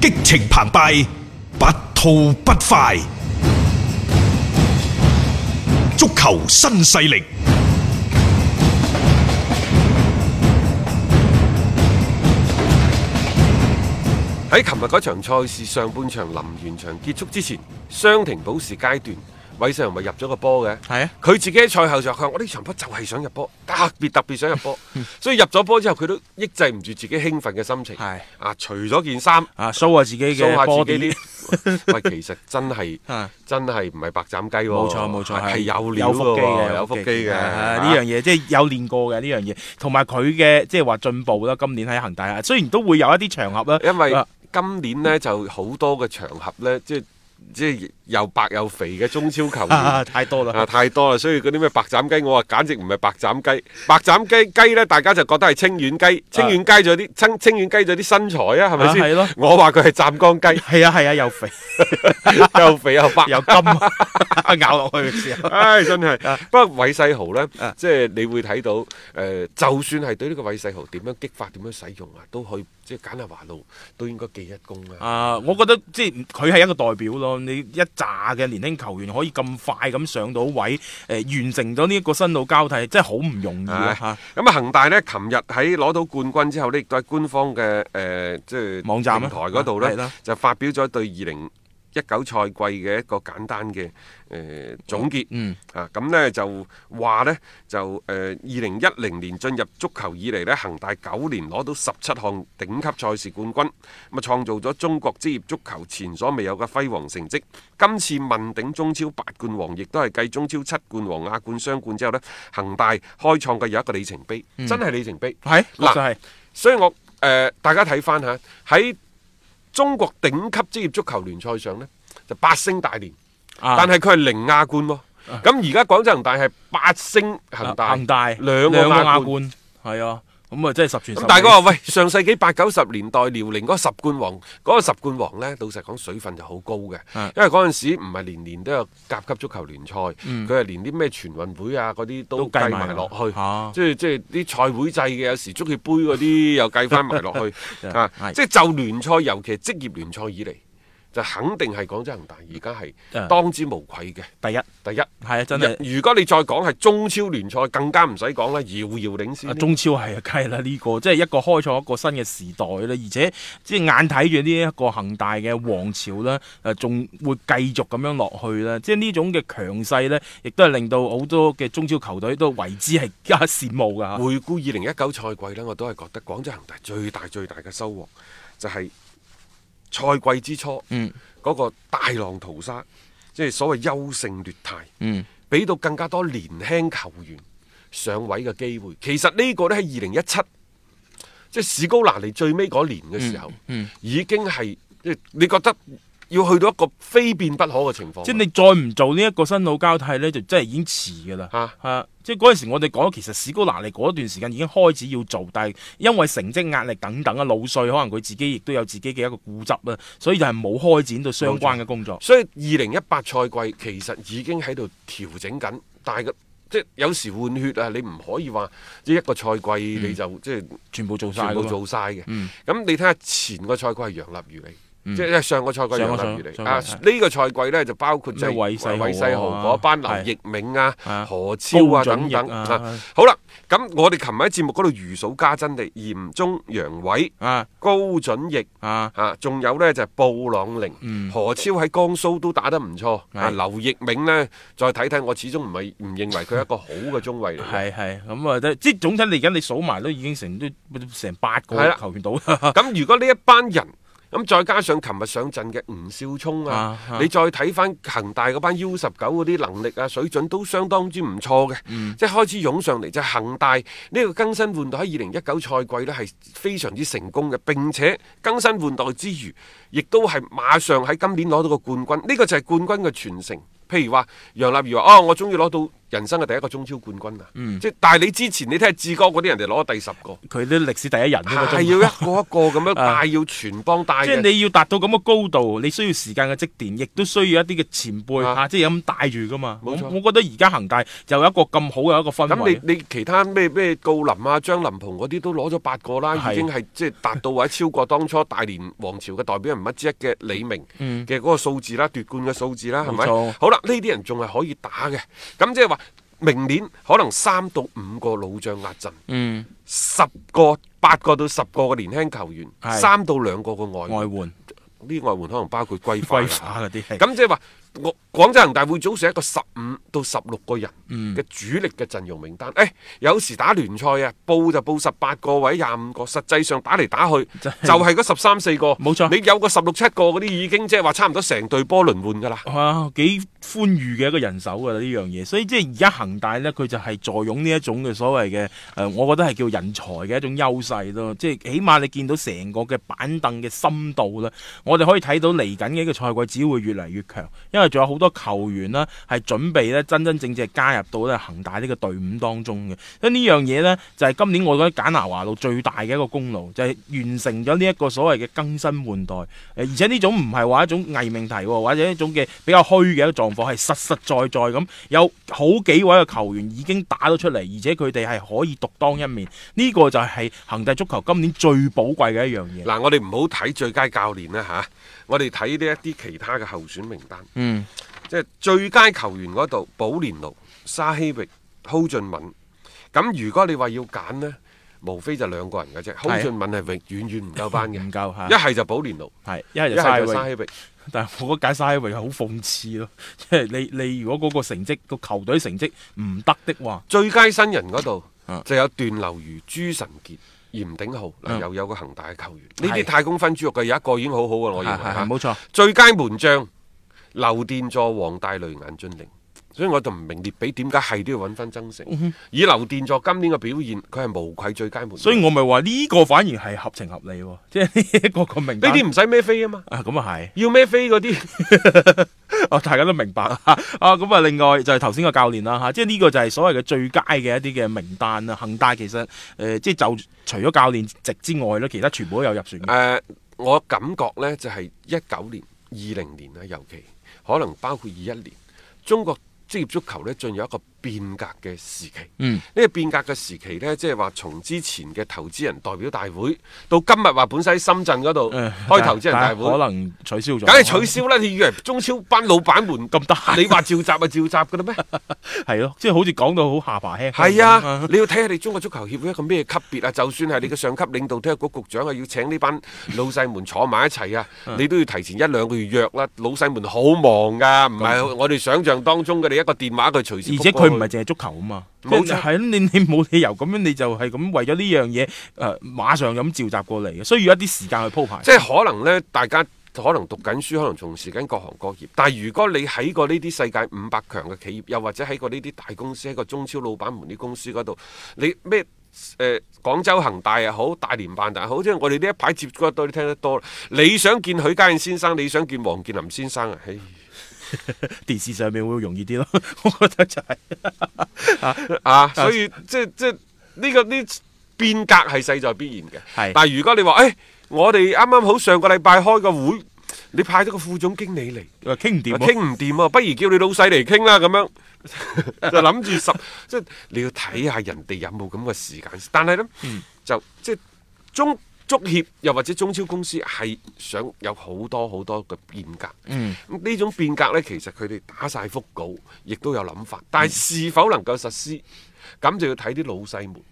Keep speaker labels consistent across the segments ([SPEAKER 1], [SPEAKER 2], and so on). [SPEAKER 1] 激情澎湃，不吐不快。足球新勢力。
[SPEAKER 2] 喺琴日嗰場賽事上半場臨完場結束之前，雙停補時階段，韋世豪咪入咗個波嘅。
[SPEAKER 3] 係啊嗯
[SPEAKER 2] 佢自己喺賽後就話：我呢場波就係想入波，特別特別想入 波。所以入咗波之後，佢都抑制唔住自己興奮嘅心情。
[SPEAKER 3] 係
[SPEAKER 2] 啊，除咗件衫。
[SPEAKER 3] 啊，show 下自己
[SPEAKER 2] 掃
[SPEAKER 3] 嘅
[SPEAKER 2] 下
[SPEAKER 3] 波
[SPEAKER 2] 自
[SPEAKER 3] 點
[SPEAKER 2] 己，啲， 喂，其實真係
[SPEAKER 3] 啊
[SPEAKER 2] 真係唔係白斬雞喎，
[SPEAKER 3] 冇錯冇錯，
[SPEAKER 2] 哦啊係
[SPEAKER 3] 係
[SPEAKER 2] 有料
[SPEAKER 3] 有腹肌
[SPEAKER 2] 喎
[SPEAKER 3] 嘅，
[SPEAKER 2] 有腹肌嘅，啊
[SPEAKER 3] 係
[SPEAKER 2] 嚇
[SPEAKER 3] 係呢樣嘢即係有練過嘅呢樣嘢，同埋佢嘅即係話進步啦。今年喺恒大啊，雖然都會有一啲場合啦，
[SPEAKER 2] 因為
[SPEAKER 3] 啊
[SPEAKER 2] 今年呢，就好多嘅場合呢，即係即係又白又肥嘅中超球員。
[SPEAKER 3] 太多啦，
[SPEAKER 2] 啊！太多啦，所以嗰啲咩白斬雞，我話簡直唔係白斬雞。白斬雞雞呢，大家就覺得係清遠雞，清遠雞仲有啲清清遠雞仲有啲身材啊，係咪
[SPEAKER 3] 啊啊係
[SPEAKER 2] 先
[SPEAKER 3] 咯？，
[SPEAKER 2] 我話佢係湛江雞
[SPEAKER 3] 係啊係啊，又肥
[SPEAKER 2] 又肥又白，
[SPEAKER 3] 又金，啊 咬落去嘅時候，
[SPEAKER 2] 唉，真係
[SPEAKER 3] 啊。
[SPEAKER 2] 不過韋世豪呢，
[SPEAKER 3] 啊
[SPEAKER 2] 即係你會睇到，誒、就算係對呢個韋世豪點樣激發、點樣使用啊，都可以即係簡下華路都應該記一功啊。
[SPEAKER 3] 啊，我覺得即係佢係一個代表咯。你一紮嘅年輕球員可以咁快咁上到位，誒、完成咗呢一個新老交替，真係好唔容易啊！嚇、
[SPEAKER 2] 咁啊，恒大呢，琴日喺攞到冠軍之後呢，亦都喺官方嘅誒、即係
[SPEAKER 3] 網站啊
[SPEAKER 2] 平台嗰度呢，
[SPEAKER 3] 啊係啦
[SPEAKER 2] 就發表咗對二零一九賽季嘅一個簡單嘅誒、呃總結。
[SPEAKER 3] 嗯。
[SPEAKER 2] 啊，咁呢就話呢，就誒呃二零一零年進入足球以嚟呢，恒大九年攞到十七項頂級賽事冠軍，咁啊創造咗中國職業足球前所未有嘅輝煌成績。今次問鼎中超八冠王，亦都係繼中超七冠王、亞冠、雙冠之後呢，恒大開創嘅有一個里程碑，真係里程碑。
[SPEAKER 3] 嗯係，
[SPEAKER 2] 嗱
[SPEAKER 3] 嗱就係
[SPEAKER 2] 所以我誒、呃大家睇翻嚇喺中國頂級職業足球聯賽上呢，就八星大連。
[SPEAKER 3] 啊，
[SPEAKER 2] 但係佢係零亞冠喎。咁而家廣州恒大係八星恒大，
[SPEAKER 3] 啊恒大
[SPEAKER 2] 兩個
[SPEAKER 3] 兩個
[SPEAKER 2] 亞
[SPEAKER 3] 亞
[SPEAKER 2] 冠。
[SPEAKER 3] 冠，係啊，咁啊真係十全十
[SPEAKER 2] 咁
[SPEAKER 3] 美。
[SPEAKER 2] 大家話喂，上世紀八九十年代遼寧嗰十冠王，嗰、個十冠王呢，老實講水分就好高嘅，
[SPEAKER 3] 嗯
[SPEAKER 2] 因為嗰陣時唔係年年都有甲級足球聯賽，佢係、連啲咩全運會啊嗰啲都
[SPEAKER 3] 嗯都
[SPEAKER 2] 計
[SPEAKER 3] 計
[SPEAKER 2] 埋
[SPEAKER 3] 埋
[SPEAKER 2] 落
[SPEAKER 3] 落
[SPEAKER 2] 去，
[SPEAKER 3] 啊
[SPEAKER 2] 即係即係啲賽會制嘅，有時足協杯嗰啲又計翻埋落去 啊，
[SPEAKER 3] 係
[SPEAKER 2] 即係就聯賽，尤其係職業聯賽以嚟，就肯定係廣州恒大而家係
[SPEAKER 3] 嗯
[SPEAKER 2] 當之無愧嘅
[SPEAKER 3] 第一，係
[SPEAKER 2] 第一。
[SPEAKER 3] 啊，真係。
[SPEAKER 2] 如果你再講係中超聯賽，更加唔使講啦，遙遙領先
[SPEAKER 3] 啊
[SPEAKER 2] 添。
[SPEAKER 3] 中超係啊，梗係啦，呢、個即係一個開創一個新嘅時代啦，而且即係眼睇住呢一個恒大嘅王朝啦，誒、啊仲會繼續咁樣落去啦，即係呢種嘅強勢呢，亦都係令到好多嘅中超球隊都為之係加羨慕噶。
[SPEAKER 2] 回顧二零一九賽季呢，我都係覺得廣州恒大最大最大嘅收穫就係賽季之初嗰、
[SPEAKER 3] 嗯
[SPEAKER 2] 個大浪淘沙，即係所謂優勝劣汰，
[SPEAKER 3] 嗯，
[SPEAKER 2] 俾到更加多年輕球員上位嘅機會。其實呢個呢，喺二零一七，即係史高拿尼最尾嗰年嘅時候，
[SPEAKER 3] 嗯
[SPEAKER 2] 已經係即係你覺得要去到一個非變不可嘅情況。
[SPEAKER 3] 即係你再唔做呢一個新老交替呢，就真係已經遲㗎啦。
[SPEAKER 2] 嚇
[SPEAKER 3] 啊，即係嗰陣時我哋講，其實史高拿利嗰段時間已經開始要做，但係因為成績壓力等等啊，老帥可能佢自己亦都有自己嘅一個固執啦，所以就係冇開展到相關嘅工作。
[SPEAKER 2] 所以二零一八賽季其實已經喺度調整緊，但係個即係有時換血啊，你唔可以話即係一個賽季你就、即係
[SPEAKER 3] 全部做嗯晒
[SPEAKER 2] 全部
[SPEAKER 3] 㗎嘛
[SPEAKER 2] 做晒嘅。咁、
[SPEAKER 3] 嗯
[SPEAKER 2] 你睇下前個賽季係楊立如嚟。即係上個賽季
[SPEAKER 3] 上
[SPEAKER 2] 楊
[SPEAKER 3] 個
[SPEAKER 2] 立如
[SPEAKER 3] 上
[SPEAKER 2] 嚟啊！
[SPEAKER 3] 上
[SPEAKER 2] 呢個賽季呢，就包括即係
[SPEAKER 3] 咩韋世豪啊
[SPEAKER 2] 韋世豪嗰班劉
[SPEAKER 3] 係
[SPEAKER 2] 奕銘啊、
[SPEAKER 3] 啊
[SPEAKER 2] 何超啊
[SPEAKER 3] 高
[SPEAKER 2] 等
[SPEAKER 3] 準翼
[SPEAKER 2] 等
[SPEAKER 3] 啊
[SPEAKER 2] 啊。好啦，咁我哋琴日喺節目嗰度如數家珍地，嚴中、楊偉、
[SPEAKER 3] 啊
[SPEAKER 2] 高準翼。
[SPEAKER 3] 啊，
[SPEAKER 2] 啊，仲有呢就係、布朗寧、
[SPEAKER 3] 嗯
[SPEAKER 2] 何超喺江蘇都打得唔錯。啊，
[SPEAKER 3] 係
[SPEAKER 2] 劉奕銘呢，再睇睇，我始終唔係唔認為佢係一個好嘅中衞嚟嘅。
[SPEAKER 3] 係係咁啊，即係總體嚟緊，你數埋都已經成都成八
[SPEAKER 2] 係
[SPEAKER 3] 個
[SPEAKER 2] 啦
[SPEAKER 3] 球員到啦。
[SPEAKER 2] 咁如果呢一班人咁再加上琴日上陣嘅吳少聰啊，
[SPEAKER 3] 啊啊
[SPEAKER 2] 你再睇翻恒大嗰班 U 十九嗰啲能力啊水準都相當之唔錯嘅，
[SPEAKER 3] 嗯
[SPEAKER 2] 即係開始湧上嚟。就係恒大呢個更新換代喺二零一九賽季呢係非常之成功嘅，並且更新換代之餘，亦都係馬上喺今年攞到個冠軍。呢、個就係冠軍嘅傳承。譬如話楊立瑜話：哦，我終於攞到人生嘅第一個中超冠軍啊！
[SPEAKER 3] 嗯
[SPEAKER 2] 即係但係你之前你睇下志剛嗰啲人哋攞咗第十個，
[SPEAKER 3] 佢啲歷史第一人呢個
[SPEAKER 2] 係
[SPEAKER 3] 中
[SPEAKER 2] 要一
[SPEAKER 3] 國
[SPEAKER 2] 個一個咁樣
[SPEAKER 3] 啊
[SPEAKER 2] 帶，要全幫帶
[SPEAKER 3] 即係
[SPEAKER 2] 嘅。
[SPEAKER 3] 你要達到咁嘅高度，你需要時間嘅積澱，亦都需要一啲嘅前輩
[SPEAKER 2] 啊
[SPEAKER 3] 啊，即係咁帶住噶嘛。
[SPEAKER 2] 冇錯
[SPEAKER 3] 我我覺得而家恒大就有一個咁好嘅一個氛
[SPEAKER 2] 咁
[SPEAKER 3] 圍。
[SPEAKER 2] 你你其他咩咩郜林啊、張林鵬嗰啲都攞咗八個啦，
[SPEAKER 3] 係
[SPEAKER 2] 已經係即係達到或者超過當初大連王朝嘅代表人物之一嘅李明
[SPEAKER 3] 嗯
[SPEAKER 2] 嘅嗰個數字啦、奪冠嘅數字啦，係咪
[SPEAKER 3] 冇錯？
[SPEAKER 2] 好啦，呢啲人仲係可以打嘅，咁即係話明年可能三到五個老將壓陣。
[SPEAKER 3] 嗯，
[SPEAKER 2] 十個八個到十個嘅年輕球員，
[SPEAKER 3] 係
[SPEAKER 2] 三到兩個嘅外
[SPEAKER 3] 外
[SPEAKER 2] 援，
[SPEAKER 3] 援、
[SPEAKER 2] 呢外援可能包括歸化啦
[SPEAKER 3] 歸。化嗰啲係
[SPEAKER 2] 咁即係話，我廣州恒大會組成一個十五到十六個人
[SPEAKER 3] 嗯
[SPEAKER 2] 嘅主力嘅陣容名單。誒、哎有時打聯賽啊，報就報十八個或者廿五個，實際上打嚟打去就
[SPEAKER 3] 真係
[SPEAKER 2] 係嗰十三四個。
[SPEAKER 3] 冇錯
[SPEAKER 2] 你有個十六七個嗰啲已經即係話差唔多成隊波輪換㗎啦。
[SPEAKER 3] 哇，幾寬裕嘅一個人手㗎啦呢樣嘢，所以即係而家恒大呢，佢就係坐擁呢一種嘅所謂嘅誒、呃我覺得係叫人才嘅一種優勢咯。即係起碼你見到成個嘅板凳嘅深度啦，我哋可以睇到嚟緊嘅一個賽季只會越嚟越強，因為仲有好多球員啦係準備咧真真正正加入到咧恒大呢個隊伍當中嘅。所以呃呢樣嘢呢，就係、今年我覺得簡拿華路最大嘅一個功勞，就係、完成咗呢一個所謂嘅更新換代。誒，而且呢種唔係話一種偽命題喎，或者一種嘅比較虛嘅一個狀況，係實實在在咁有好幾位嘅球員已經打咗出嚟，而且佢哋係可以獨當一面。呢、個就係恒大足球今年最寶貴嘅一樣嘢。
[SPEAKER 2] 嗱，我哋唔好睇最佳教練啦吓，我哋睇呢一啲其他嘅候選名單。
[SPEAKER 3] 嗯，
[SPEAKER 2] 即係最佳球員嗰度，保連奴、沙希域、蒿俊敏。咁如果你話要揀呢，無非就兩個人嘅啫。蒿俊敏係啊永遠遠唔夠班嘅，
[SPEAKER 3] 唔夠嚇
[SPEAKER 2] 一，係就保連奴，
[SPEAKER 3] 係一係
[SPEAKER 2] 一
[SPEAKER 3] 就嘥
[SPEAKER 2] 係就
[SPEAKER 3] 位
[SPEAKER 2] 沙希域。
[SPEAKER 3] 但係我覺得解沙維好諷刺咯， 即係你你如果嗰個成績個球隊成績唔得的話，
[SPEAKER 2] 最佳新人嗰度
[SPEAKER 3] 啊
[SPEAKER 2] 就有段流如、朱晨傑、嚴鼎浩，嗱
[SPEAKER 3] 嗯
[SPEAKER 2] 又有個恒大嘅球員。呢啲
[SPEAKER 3] 係
[SPEAKER 2] 太空分豬肉嘅有一個已經好好嘅，我認
[SPEAKER 3] 係
[SPEAKER 2] 為
[SPEAKER 3] 係
[SPEAKER 2] 嚇
[SPEAKER 3] 係冇錯，
[SPEAKER 2] 啊最佳門將劉殿座、黃大雷、顏駿凌。所以我就唔明列比點解係都要揾翻曾誠。
[SPEAKER 3] 嗯
[SPEAKER 2] 以劉殿座今年嘅表現，佢係無愧最佳門將。
[SPEAKER 3] 所以我咪話呢個反而係合情合理喎， 即係呢一個個名
[SPEAKER 2] 呢
[SPEAKER 3] 單
[SPEAKER 2] 啲唔使孭飛啊嘛，
[SPEAKER 3] 啊咁啊係。
[SPEAKER 2] 要孭飛嗰啲
[SPEAKER 3] 哦，大家都明白 啊！咁啊，另外就係頭先個教練啦嚇，即係呢個就係所謂嘅最佳嘅一啲嘅名單啦。恒大其實誒、呃即係就除咗教練席之外咧，其他全部都有入選嘅。
[SPEAKER 2] 誒，呃我感覺呢就係一九年、二零年啊，尤其可能包括二一年，中國職業足球呢進入一個變革嘅時期。
[SPEAKER 3] 嗯，
[SPEAKER 2] 呢個變革嘅時期呢，即係話從之前嘅投資人代表大會，到今日話本身喺深圳嗰度
[SPEAKER 3] 誒
[SPEAKER 2] 開投資人大
[SPEAKER 3] 呃 但嗯係可
[SPEAKER 2] 會，
[SPEAKER 3] 能取消咗，
[SPEAKER 2] 梗係取消啦！你以為中超班老闆們
[SPEAKER 3] 咁得閒，
[SPEAKER 2] 你話召集就召集㗎啦咩？
[SPEAKER 3] 係咯，即係好似講到好下巴輕。
[SPEAKER 2] 係啊，你要睇下你中國足球協會一個咩級別啊！就算係你嘅上級領導體育局局長啊，要請呢班老細們坐埋一齊啊，
[SPEAKER 3] 嗯
[SPEAKER 2] 你都要提前一兩個月約啦。老細們好忙噶，唔係我哋想象當中嘅，你一個電話佢隨時
[SPEAKER 3] 而
[SPEAKER 2] 覆過去。
[SPEAKER 3] 且佢唔係淨係足球啊嘛，即
[SPEAKER 2] 冇錯
[SPEAKER 3] 係係咯你你冇理由咁樣，你就係咁為咗呢樣嘢誒，馬上咁召集過嚟嘅，需要一啲時間去鋪排。
[SPEAKER 2] 即係可能呢，大家可能讀緊書，可能從事緊各行各業。但係如果你喺過呢啲世界五百強嘅企業，又或者喺過呢啲大公司，喺個中超老闆們啲公司嗰度，你咩？誒、廣州恒大又好，大連萬達又好，即係我哋呢一排接觸得多，你聽得多。你想見許家印先生，你想見黃健林先生啊？唉
[SPEAKER 3] 電視上面會容易啲咯， 我覺得就係、
[SPEAKER 2] 啊，所以即係即係呢個呢變革係勢在必然嘅。
[SPEAKER 3] 係
[SPEAKER 2] 但係如果你話誒、唉我哋啱啱好上個禮拜開個會，你派咗個副總經理嚟。
[SPEAKER 3] 話傾唔掂
[SPEAKER 2] 啊
[SPEAKER 3] 喎。
[SPEAKER 2] 傾唔掂啊，不如叫你老細嚟傾啦，咁 樣就諗住十，即係你要睇下人哋有冇咁嘅時間先。但係呢，
[SPEAKER 3] 嗯
[SPEAKER 2] 就即係中足協又或者中超公司係想有好多好多嘅變革。
[SPEAKER 3] 嗯
[SPEAKER 2] 咁呢種變革呢，其實佢哋打晒腹稿，亦都有諗法，
[SPEAKER 3] 嗯
[SPEAKER 2] 但係是否能夠實施，咁就要睇啲老細們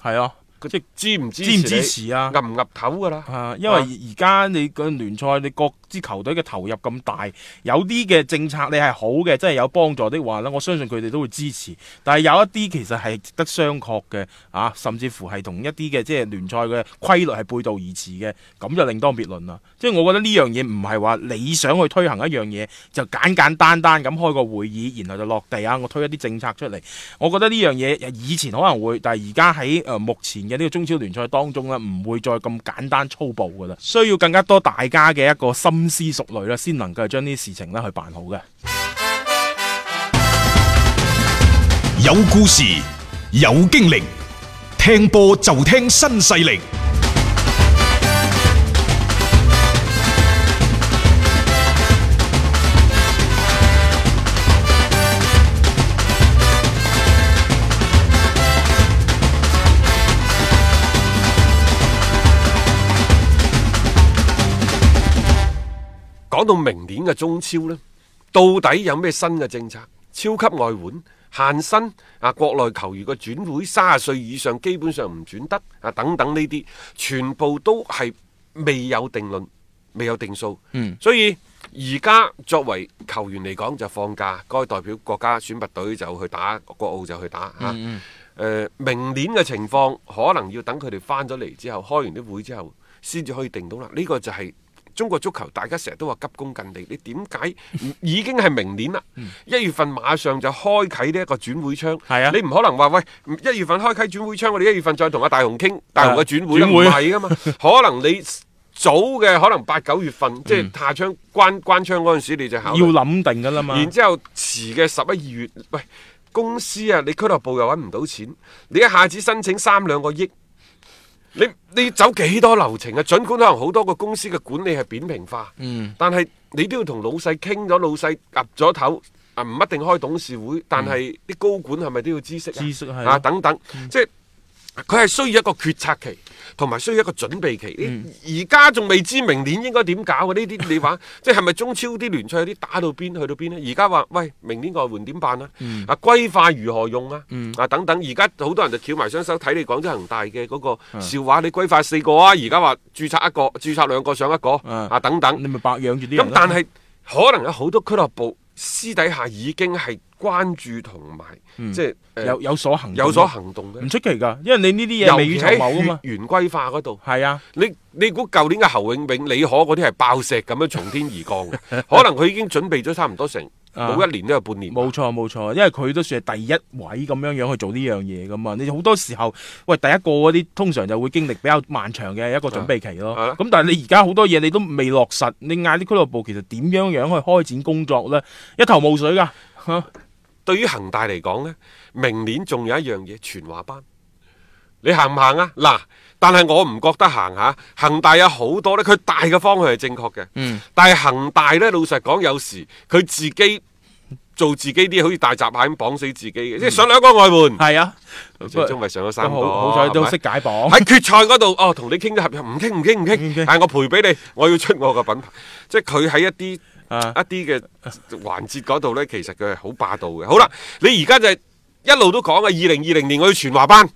[SPEAKER 3] 係啊，
[SPEAKER 2] 佢
[SPEAKER 3] 即係
[SPEAKER 2] 支唔支
[SPEAKER 3] 支唔
[SPEAKER 2] 持
[SPEAKER 3] 支
[SPEAKER 2] 你，
[SPEAKER 3] 持啊？
[SPEAKER 2] 岌唔岌頭㗎啦。
[SPEAKER 3] 啊，因為
[SPEAKER 2] 啊
[SPEAKER 3] 而家你個聯賽，你各支球隊嘅投入咁大，有啲嘅政策你係好嘅，真係有幫助的話呢，我相信佢哋都會支持。但係有一啲其實係值得商榷嘅，啊，甚至乎係同一啲嘅即係聯賽嘅規律係背道而馳嘅，咁就另當別論啦。即係我覺得呢樣嘢唔係話你想去推行一樣嘢，就簡簡單單咁開個會議，然後就落地啊，我推一啲政策出嚟。我覺得呢樣嘢以前可能會，但係而家喺誒目前嘅呢個中超聯賽當中咧，唔會再咁簡單粗暴噶啦，需要更加多大家嘅一個深思熟慮啦，先能夠將呢啲事情咧去辦好嘅。
[SPEAKER 1] 有故事，有經歷，聽波就聽新勢力。
[SPEAKER 2] 講到明年嘅中超呢，到底有咩新嘅政策？超級外援限薪啊，國內球員嘅轉會三十歲以上基本上唔轉得啊，等等呢啲，全部都係未有定論，未有定數。
[SPEAKER 3] 嗯
[SPEAKER 2] 所以而家作為球員嚟講就放假，該代表國家選拔隊就去打國奧就去打嚇。啊誒、明年嘅情況可能要等佢哋翻咗嚟之後，開完啲會之後，先至可以定到啦。呢、個就係中國足球，大家成日都話急功近利。你點解 已經係明年啦？一月份馬上就開啟呢一個轉會窗，
[SPEAKER 3] 嗯係啊
[SPEAKER 2] 你唔可能話喂，一月份開啟轉會窗，我哋一月份再同阿大雄傾大雄嘅轉會啦，
[SPEAKER 3] 啊轉
[SPEAKER 2] 唔
[SPEAKER 3] 會
[SPEAKER 2] 係 噶嘛？可能你早嘅可能八九月份，即
[SPEAKER 3] 嗯
[SPEAKER 2] 係下窗關關窗嗰陣時，你就考慮
[SPEAKER 3] 要諗定噶啦嘛。
[SPEAKER 2] 然之後遲嘅十一二月，喂，公司啊，你俱樂部又揾唔到錢，你一下子申請三兩個億，你你走幾多流程啊？儘管可能好多個公司嘅管理係扁平化，
[SPEAKER 3] 嗯
[SPEAKER 2] 但係你都要同老細傾咗，老細岌咗頭。啊，唔一定開董事會，但係啲高管係咪都要知悉啊？
[SPEAKER 3] 嗯知悉係
[SPEAKER 2] 啊，
[SPEAKER 3] 咯嗯
[SPEAKER 2] 等等，即係佢係需要一個決策期，同埋需要一個準備期。
[SPEAKER 3] 嗯
[SPEAKER 2] 你而家仲未知明年應該點搞嘅呢啲，你話 即係咪中超啲聯賽有啲打到邊去到邊呢？而家話喂，明年外援點辦啊？
[SPEAKER 3] 嗯
[SPEAKER 2] 啊，規劃如何用啊？啊，等等，而家好多人就翹埋雙手睇你廣州恒大嘅嗰
[SPEAKER 3] 啊
[SPEAKER 2] 個笑話，你規劃四個啊，而家話註冊一個、註冊兩個上一個
[SPEAKER 3] 嗯
[SPEAKER 2] 啊，等等
[SPEAKER 3] 你。咪白養住啲
[SPEAKER 2] 咁
[SPEAKER 3] 人咯。
[SPEAKER 2] 但係可能有好多俱樂部私底下已經係關注同埋即係呃
[SPEAKER 3] 嗯有有所行動
[SPEAKER 2] 有所行動嘅
[SPEAKER 3] 唔。出奇㗎，因為你呢啲嘢未雨
[SPEAKER 2] 尤其
[SPEAKER 3] 綢繆啊
[SPEAKER 2] 喺
[SPEAKER 3] 嘛
[SPEAKER 2] 血。緣歸化嗰度，
[SPEAKER 3] 係啊，
[SPEAKER 2] 你你估舊年嘅侯永永、李可嗰啲係爆石咁樣從天而降嘅， 可能佢已經準備咗差唔多成
[SPEAKER 3] 啊
[SPEAKER 2] 冇一年都有半年。
[SPEAKER 3] 冇錯冇錯，因為佢都算係第一位咁樣樣去做呢樣嘢㗎嘛。你好多時候，喂第一個嗰啲通常就會經歷比較漫長嘅一個準備期咯
[SPEAKER 2] 係啦。
[SPEAKER 3] 咁、但係你而家好多嘢你都未落實，你嗌啲俱樂部其實點樣樣去開展工作呢？一頭霧水㗎。
[SPEAKER 2] 對於恒大嚟講呢，明年仲有一樣嘢全華班，你行唔行啊？嗱，但係我唔覺得行下。恒大有好多呢，佢大嘅方向係正確嘅，
[SPEAKER 3] 嗯
[SPEAKER 2] 但係恒大呢，老實講，有時佢自己做自己啲嘢好似大閘蟹咁綁死自己嘅，即係上兩個外援，
[SPEAKER 3] 係嗯啊，
[SPEAKER 2] 最終咪上咗三
[SPEAKER 3] 都
[SPEAKER 2] 個，
[SPEAKER 3] 好好彩
[SPEAKER 2] 嗯係
[SPEAKER 3] 都
[SPEAKER 2] 咪
[SPEAKER 3] 識解綁。
[SPEAKER 2] 喺決賽嗰度，哦，同你傾得合約，唔傾唔傾唔
[SPEAKER 3] 唔
[SPEAKER 2] 傾
[SPEAKER 3] 傾，
[SPEAKER 2] 但係我賠俾你，我要出我個品牌，即係佢喺一啲
[SPEAKER 3] 啊
[SPEAKER 2] 一啲嘅環節嗰度呢，其實佢係好霸道嘅。好啦，你而家就係一路都講嘅，啊二零二零年我要全華班。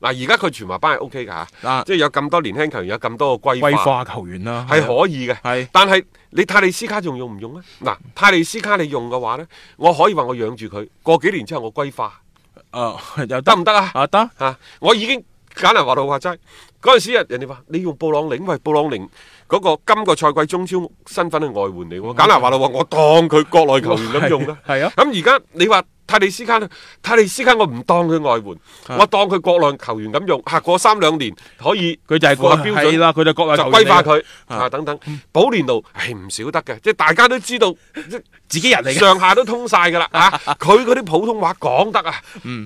[SPEAKER 2] 嗱，而家佢全華班係 O K 㗎嚇
[SPEAKER 3] 啊，
[SPEAKER 2] 即係有咁多年輕球員，有咁多個
[SPEAKER 3] 歸
[SPEAKER 2] 歸化，
[SPEAKER 3] 化球員啦，
[SPEAKER 2] 係啊可以嘅
[SPEAKER 3] 係。
[SPEAKER 2] 但係你泰利斯卡仲用唔用呢？嗱，泰利斯卡你用嘅話呢，我可以話我養住佢，過幾年之後我歸化，
[SPEAKER 3] 誒哦 又
[SPEAKER 2] 得
[SPEAKER 3] 得
[SPEAKER 2] 唔得啊？
[SPEAKER 3] 啊得，
[SPEAKER 2] 嚇、我已經簡能話到話齋，嗰陣時人人哋話你用布朗寧，喂布朗寧嗰、個今個賽季中超身份係外援嚟喎，簡能話到話我當佢國內球員咁 用啦。
[SPEAKER 3] 係啊
[SPEAKER 2] 咁而家你話泰利斯卡，泰利斯卡我唔當佢外援，我當佢國內球員咁用。嚇、過三兩年可以
[SPEAKER 3] 佢就係
[SPEAKER 2] 符
[SPEAKER 3] 國
[SPEAKER 2] 合標準
[SPEAKER 3] 係啦，佢就係國
[SPEAKER 2] 就
[SPEAKER 3] 內球員嚟
[SPEAKER 2] 歸化
[SPEAKER 3] 嘅
[SPEAKER 2] 佢
[SPEAKER 3] 啊
[SPEAKER 2] 啊等等。保連奴係唔少得嘅，即係大家都 知道。即
[SPEAKER 3] 自己人嚟嘅。
[SPEAKER 2] 上下都通晒㗎啦 嚇，佢嗰啲普通話講得啊，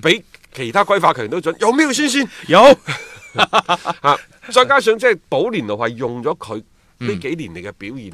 [SPEAKER 2] 比其他規劃球員都準，有咩酸酸
[SPEAKER 3] 有
[SPEAKER 2] 嚇？再加上即係保連奴係用咗佢呢幾年嚟嘅表現，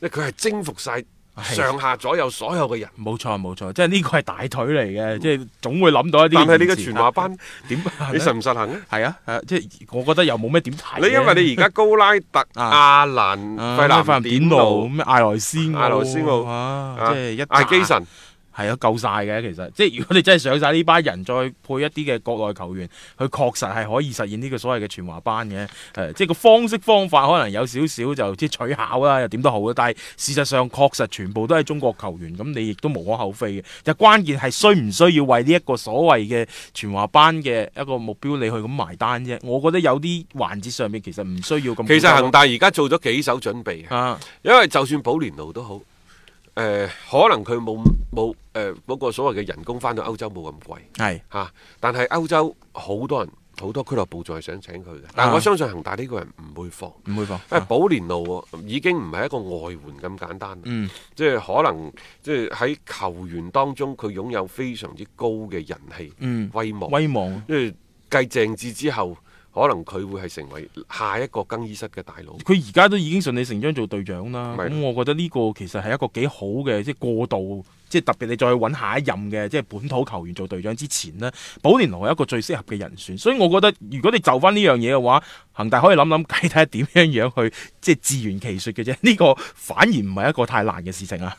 [SPEAKER 2] 即係佢係征服晒上下左右所有嘅人。
[SPEAKER 3] 冇錯冇錯，即係呢個係大腿嚟嘅，即係總會諗到一啲。
[SPEAKER 2] 嗯但係你嘅全華班，
[SPEAKER 3] 點
[SPEAKER 2] 你實唔實行啊？
[SPEAKER 3] 係啊，誒，即係我覺得又冇咩點睇嘅。
[SPEAKER 2] 你因為你而家高拉特、
[SPEAKER 3] 啊
[SPEAKER 2] 阿蘭、
[SPEAKER 3] 啊
[SPEAKER 2] 費
[SPEAKER 3] 咩費
[SPEAKER 2] 南典
[SPEAKER 3] 南典奴
[SPEAKER 2] 奴、
[SPEAKER 3] 咩艾萊斯奧
[SPEAKER 2] 艾萊斯奧
[SPEAKER 3] 啊
[SPEAKER 2] 啊
[SPEAKER 3] 即係一
[SPEAKER 2] 艾基
[SPEAKER 3] 大
[SPEAKER 2] 神，
[SPEAKER 3] 係啊，夠晒嘅其實，即係如果你真係上晒呢班人，再配一啲嘅國內球員，佢確實係可以實現呢個所謂嘅全華班嘅，誒、即係個方式方法可能有少少就即係取巧啦，又點都好啦。但係事實上確實全部都係中國球員，咁你亦都無可厚非嘅。就關鍵係需唔需要為呢一個所謂嘅全華班嘅一個目標你去咁埋單啫。我覺得有啲環節上面其實唔需要咁。
[SPEAKER 2] 其實恒大而家做咗幾手準備啊
[SPEAKER 3] 啊，
[SPEAKER 2] 因為就算保連奴都好，誒、可能佢冇冇
[SPEAKER 3] 嗯
[SPEAKER 2] 誒嗰個所謂嘅人工翻到歐洲冇咁貴
[SPEAKER 3] 係
[SPEAKER 2] 嚇、但係歐洲好多人好多俱樂部仲係想請佢
[SPEAKER 3] 啊
[SPEAKER 2] 嘅，但我相信恒大呢個人唔會放。
[SPEAKER 3] 唔會放。
[SPEAKER 2] 因為保連奴啊已經唔係一個外援咁簡單啦，
[SPEAKER 3] 嗯
[SPEAKER 2] 即係可能即係喺球員當中佢擁有非常之高嘅人氣、
[SPEAKER 3] 嗯
[SPEAKER 2] 威望，
[SPEAKER 3] 威望啊。
[SPEAKER 2] 因為繼鄭智之後，可能佢會係成為下一個更衣室嘅大佬。
[SPEAKER 3] 佢而家都已經順理成章做隊長啦，
[SPEAKER 2] 咪
[SPEAKER 3] 咁我覺得呢個其實係一個幾好嘅，即係過渡，即係特別你再去揾下一任嘅即係本土球員做隊長之前呢，保連奴係一個最適合嘅人選，所以我覺得如果你就翻呢樣嘢嘅話，恒大可以諗諗計睇下點樣樣去即係自圓其說嘅啫，呢、個反而唔係一個太難嘅事情啊。